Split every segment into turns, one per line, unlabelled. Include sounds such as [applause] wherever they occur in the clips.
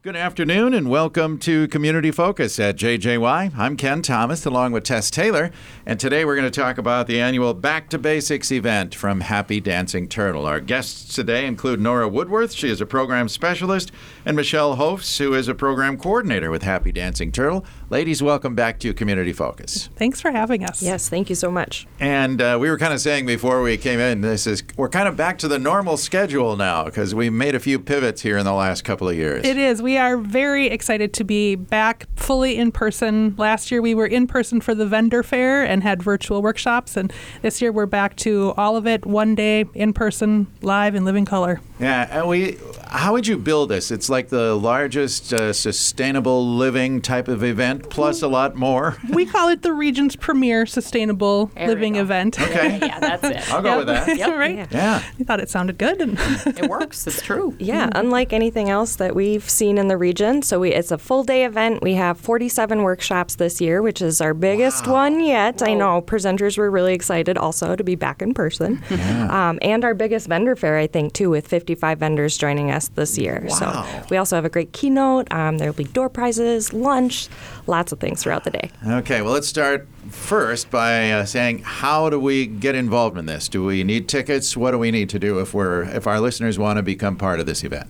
Good afternoon and welcome to Community Focus at JJY. I'm Ken Thomas along with Tess Taylor, and today we're going to talk about the annual Back to Basics event from Happy Dancing Turtle. Our guests today include Nora Woodworth, she is a program specialist, and Michelle Hofs, who is a program coordinator with Happy Dancing Turtle. Ladies, welcome back to Community Focus.
Thanks for having us.
Yes, thank you so much.
And uh, we were kind of saying before we came in, this is we're kind of back to the normal schedule now because we made a few pivots here in the last couple of years.
It is. We are very excited to be back fully in person. Last year we were in person for the vendor fair and had virtual workshops, and this year we're back to all of it one day in person, live in living color.
Yeah, and we. How would you build this? It's like the largest uh, sustainable living type of event, plus a lot
[laughs]
more.
We call it the region's premier sustainable
There we
living
go.
event.
Okay,
yeah, that's it.
I'll go with
[laughs]
that.
Yep.
right?
Yeah.
I thought it sounded good. And [laughs]
It works. It's true.
Yeah, unlike anything else that we've seen in the region, so we, it's a full day event. We have 47 workshops this year, which is our biggest one yet. I know presenters were really excited also to be back in person, um, and our biggest vendor fair, I think, too, with 55 vendors joining us this year.
Wow.
So we also have a great keynote. Um, there will be door prizes, lunch, lots of things throughout the day.
[laughs] Okay. Well, let's start first by uh, saying how do we get involved in this? Do we need tickets? What do we need to do if we're if our listeners want to become part of this event?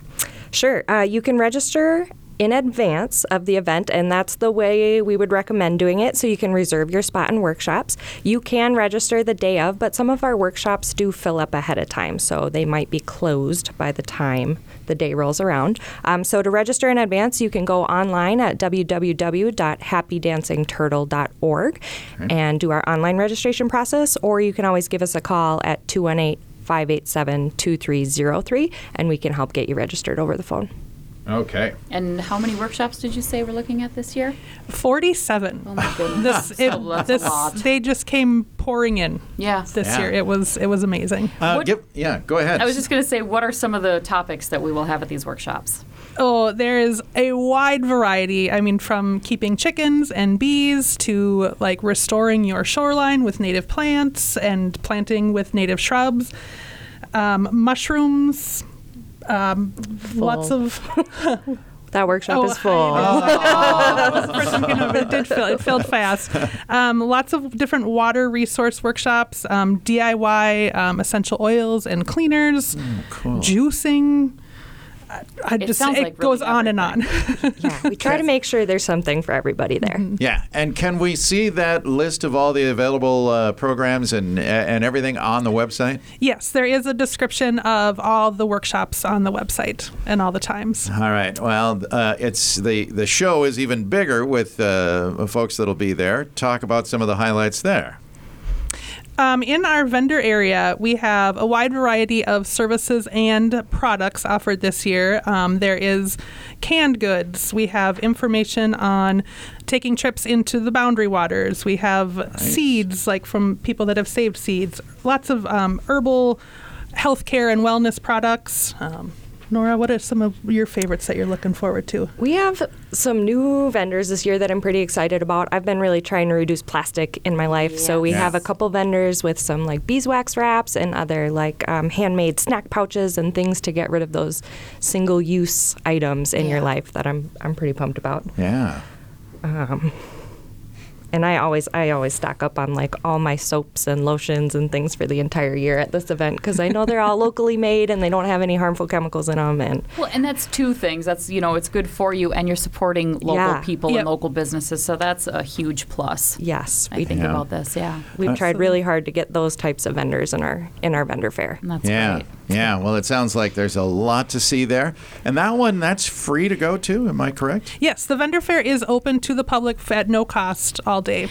Sure. Uh, you can register in advance of the event, and that's the way we would recommend doing it. So you can reserve your spot in workshops. You can register the day of, but some of our workshops do fill up ahead of time, so they might be closed by the time the day rolls around. Um, so to register in advance, you can go online at www.happydancingturtle.org and do our online registration process, or you can always give us a call at 218- 587 2303, and we can help get you registered over the phone.
Okay.
And how many workshops did you say we're looking at this year?
47.
Oh my goodness.
This,
So
it-
that's
this
a lot.
they just came pouring in
Yeah.
this
Yeah.
year. It was it was amazing.
Uh,
What-
give, yeah. Go ahead.
I was just going to say, what are some of the topics that we will have at these workshops?
Oh, there is a wide variety. I mean, from keeping chickens and bees to like restoring your shoreline with native plants and planting with native shrubs, um, mushrooms, um, lots of.
That workshop
Oh,
is full.
[laughs]
First I'm gonna- it did fill, it filled fast. Um, lots of different water resource workshops, um, DIY um, essential oils and cleaners, juicing. I, I
It
just
sounds
it
like really
goes on and on.
Yeah, we try to make sure there's something for everybody there.
Yeah, and can we see that list of all the available uh, programs and and everything on the website?
Yes, there is a description of all the workshops on the website and all the times.
All right. Well, uh, it's the the show is even bigger with uh, folks that'll be there. Talk about some of the highlights there.
Um, in our vendor area, we have a wide variety of services and products offered this year. Um, there is canned goods. We have information on taking trips into the boundary waters. We have seeds, like from people that have saved seeds. Lots of um, herbal healthcare and wellness products. Um, Nora, what are some of your favorites that you're looking forward to?
We have some new vendors this year that I'm pretty excited about. I've been really trying to reduce plastic in my life, so we
Yes.
have a couple vendors with some like beeswax wraps and other like um, handmade snack pouches and things to get rid of those single-use items in your life that I'm I'm pretty pumped about.
Yeah.
and I always I always stock up on like all my soaps and lotions and things for the entire year at this event because I know they're all locally made and they don't have any harmful chemicals in them. And
Well, and that's two things. That's, you know, it's good for you and you're supporting local
Yeah.
people
Yep.
and local businesses. So that's a huge plus.
yes,
I
we
think
Yeah.
about this. Yeah.
we've tried really hard to get those types of vendors in our in our vendor fair.
And that's
yeah.
great.
Yeah. Well, it sounds like there's a lot to see there, and that one that's free to go to. Am I correct?
Yes, the vendor fair is open to the public f- at no cost all day.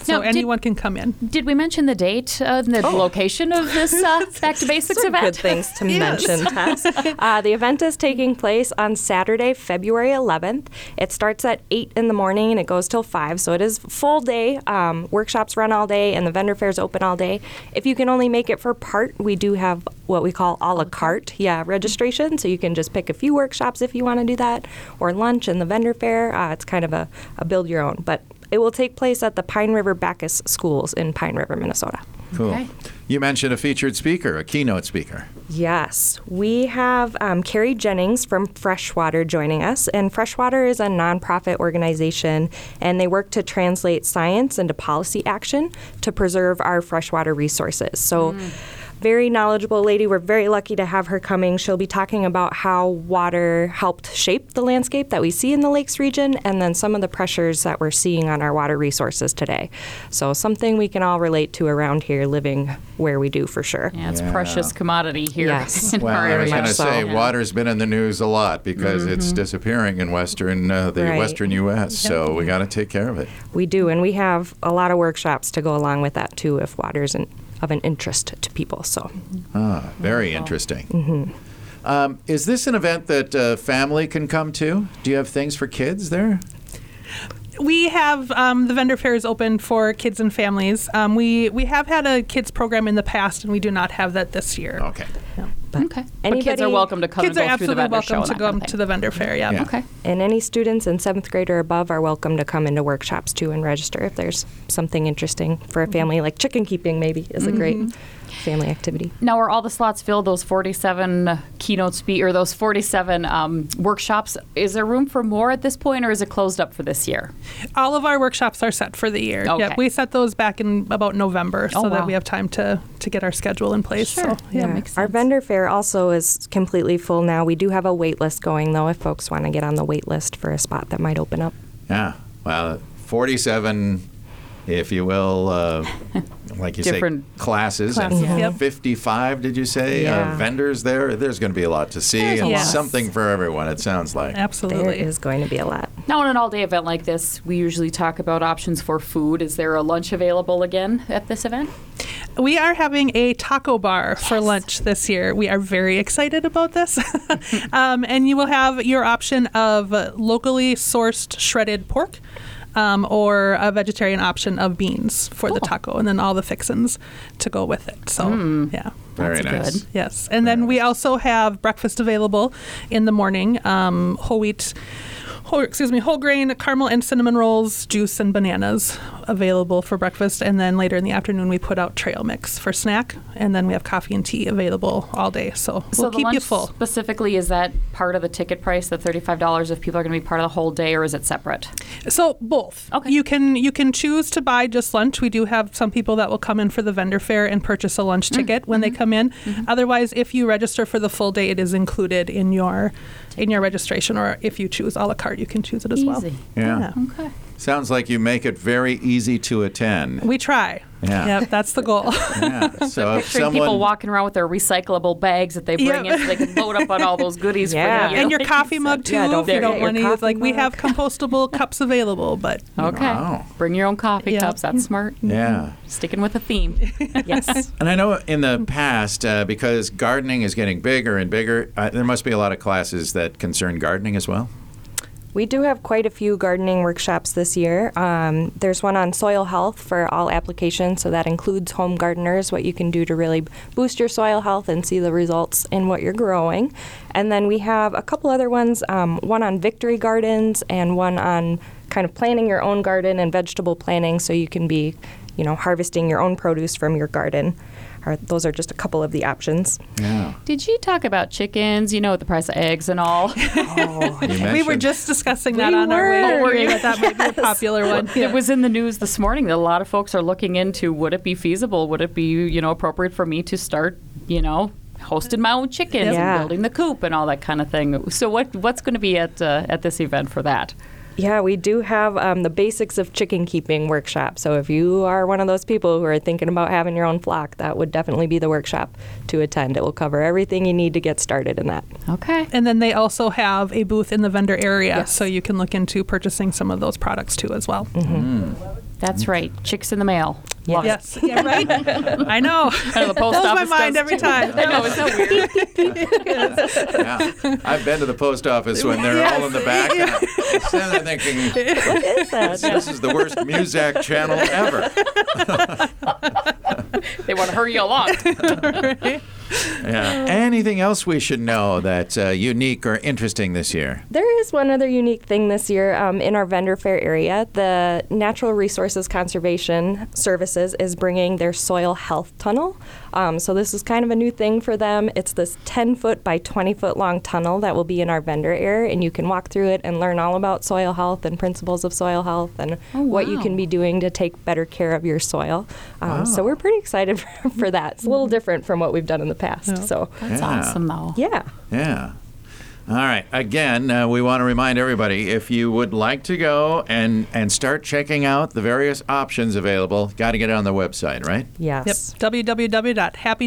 So
Now, did-
anyone can come in.
Did we mention the date uh, and the
Oh.
location of
[laughs]
this uh, Back to Basics
Some
event?
good things to mention, Tess. Uh, the event is taking place on Saturday, February 11th. It starts at 8 in the morning and it goes till 5, so it is full day. Um, workshops run all day and the vendor fair is open all day. If you can only make it for part, we do have what we call a la carte, yeah, registration, so you can just pick a few workshops if you want to do that, or lunch and the vendor fair. Uh, it's kind of a, a build your own, but it will take place at the Pine River Bacchus Schools in Pine River, Minnesota.
Cool.
Okay.
You mentioned a featured speaker, a keynote speaker.
Yes, we have um, Carrie Jennings from Freshwater joining us. And Freshwater is a nonprofit organization, and they work to translate science into policy action to preserve our freshwater resources. So, very knowledgeable lady. We're very lucky to have her coming. She'll be talking about how water helped shape the landscape that we see in the lakes region and then some of the pressures that we're seeing on our water resources today. So, something we can all relate to around here living where we do for sure.
[laughs] Yeah, it's
Yeah.
precious commodity here.
Yes.
[laughs] in
Well,
our
I was
area.
going to
so.
say
Yeah. Mm-hmm.
water's been in the news a lot because it's disappearing in western uh, the
Right.
western U.S. So we got to take care of it.
We do, and we have a lot of workshops to go along with that too, if water is an, of an interest to people. So,
Mm-hmm.
Ah, very interesting. Um, is this an event that uh, family can come to? Do you have things for kids there?
we have um, the vendor fair is open for kids and families. Um, we we have had a kids program in the past, and we do not have that this year.
Okay.
but
Okay. But kids are welcome to come
Kids are
and go through
absolutely
the vendor show
welcome
and
to
that
come
kind of
to the vendor fair. Yeah.
Yeah.
thing. Okay.
And any students in seventh grade or above are welcome to come into workshops too and register if there's something interesting for a
Mm-hmm.
family, like chicken keeping, maybe is a great family activity.
Now, are all the slots filled? Those 47 keynote speak or those 47 um, workshops? Is there room for more at this point, or is it closed up for this year?
All of our workshops are set for the year.
Okay.
Yeah, we set those back in about November so
Oh,
that
wow.
we have time to to get our schedule in place. So, yeah.
Yeah. makes
Our
sense.
vendor fair also is completely full now. We do have a wait list going though if folks want to get on the wait list for a spot that might open up.
Yeah. Well, 47, if you will,
[laughs]
uh, like you
Different
say, classes.
classes.
And
Yep.
55, did you say?
Yeah.
Uh, vendors there. There's going to be a lot to see
There's a
and
lot.
something for everyone, it sounds like.
Oh,
There
Absolutely.
is going to be a lot.
Now, on an all day event like this, we usually talk about options for food. Is there a lunch available again at this event?
We are having a taco bar for lunch this year. We are very excited about this. [laughs] um, and you will have your option of uh, locally sourced shredded pork. Um, or a vegetarian option of beans for the
Cool.
taco, and then all the fixins to go with it. So, yeah.
Very
That's
nice.
good.
Yes, and then we also have breakfast available in the morning: um, whole wheat, whole, excuse me, whole grain, caramel and cinnamon rolls, juice and bananas available for breakfast. And then later in the afternoon, we put out trail mix for snack, and then we have coffee and tea available all day. So we'll
so the
keep
lunch
you full.
specifically is that part of the ticket price, the thirty-five dollars, if people are going to be part of the whole day, or is it separate?
So both.
Okay.
You can you can choose to buy just lunch. We do have some people that will come in for the vendor fair and purchase a lunch ticket when they come in. Otherwise, if you register for the full day, it is included in your in your registration. Or if you choose a la carte, you can choose it as well.
Easy.
Yeah.
Okay.
Sounds like you make it very easy to attend.
We try.
Yeah.
Yep, that's the goal.
[laughs]
Yeah. So if
Picturing people
someone
walking around with their recyclable bags that they bring
Yeah.
in so they can load up on all those
[laughs]
goodies
Yeah.
for the year.
and your
Like you
coffee
said.
mug too,
Yeah, don't
if you
forget
don't
your
want to use.
coffee
Like we
mug.
have compostable cups available, but
Okay.
Wow.
Bring your own coffee
Yeah.
cups. That's smart.
Yeah.
Sticking with
[laughs]
a theme.
Yes.
And I know in the past, uh, because gardening is getting bigger and bigger, uh, there must be a lot of classes that concern gardening as well.
We do have quite a few gardening workshops this year. Um, there's one on soil health for all applications, so that includes home gardeners, what you can do to really boost your soil health and see the results in what you're growing. And then we have a couple other ones um, one on victory gardens and one on kind of planning your own garden and vegetable planning so you can be, you know, harvesting your own produce from your garden. Are, those are just a couple of the options.
Yeah.
Did you talk about chickens? You know, the price of eggs and
[laughs]
all.
we were just discussing that on our way.
were.
here, that that might be a popular one.
It was in the news this morning that a lot of folks are looking into would it be feasible? Would it be, you know, appropriate for me to start, you know, hosting my own chickens
Yeah.
and building the coop and all that kind of thing? So what what's going to be at uh, at this event for that?
Yeah, we do have um, the basics of chicken keeping workshop. So if you are one of those people who are thinking about having your own flock, that would definitely be the workshop to attend. It will cover everything you need to get started in that.
Okay.
And then they also have a booth in the vendor area, so you can look into purchasing some of those products too as well.
Mm-hmm. That's right. Chicks in the mail. Love it.
Yes, Mm. yeah, right. [laughs] I know.
Kind of
[laughs]
the post
Blows my
office
mind
does
every
too.
time.
[laughs] I know, it's so weird.
yeah. I've been to the post office when they're all in the back. and I'm [laughs] sitting there thinking,
What is that?
[laughs] this is the worst Muzak channel ever.
[laughs]
They want to hurry you along.
Yeah. Anything else we should know that's uh, unique or interesting this year?
There is one other unique thing this year um, in our vendor fair area. The Natural Resources Conservation Services is bringing their soil health tunnel. Um, so, this is kind of a new thing for them. It's this 10 foot by 20 foot long tunnel that will be in our vendor area, and you can walk through it and learn all about soil health and principles of soil health and what you
Oh, wow.
can be doing to take better care of your soil. Um, So, we're pretty excited [laughs] for, for that. It's a
Mm-hmm.
little different from what we've done in the past. So,
That's
Yeah.
awesome, though.
yeah.
Yeah. All right. Again, uh, we want to remind everybody if you would like to go and, and start checking out the various options available, got to get on the website, right?
Yep.
Yes.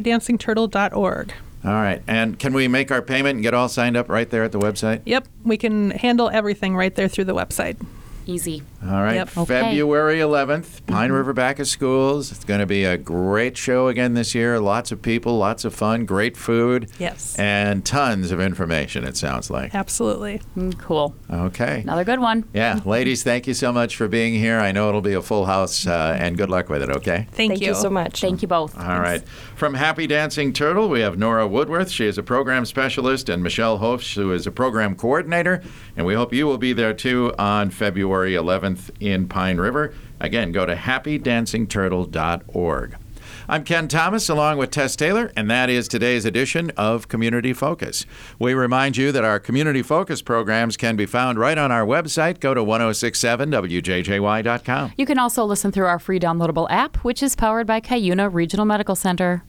www.happydancingturtle.org.
All right. And can we make our payment and get all signed up right there at the website?
Yep, we can handle everything right there through the website.
Easy.
All right.
Yep.
Okay.
February 11th, Pine River Back of Schools. It's going to be a great show again this year. Lots of people, lots of fun, great food.
Yes.
And tons of information, it sounds like.
Absolutely.
Mm, cool.
Okay.
Another good one.
Yeah. Ladies, thank you so much for being here. I know it'll be a full house, uh, and good luck with it, okay?
Thank,
Thank you so much.
Thank you both.
All right. From Happy Dancing Turtle, we have Nora Woodworth. She is a program specialist, and Michelle Hofsch, who is a program coordinator. And we hope you will be there too on February 11th in Pine River. Again, go to happydancingturtle.org. I'm Ken Thomas, along with Tess Taylor, and that is today's edition of Community Focus. We remind you that our Community Focus programs can be found right on our website. Go to 1067wjjy.com.
You can also listen through our free downloadable app, which is powered by Cuyuna Regional Medical Center.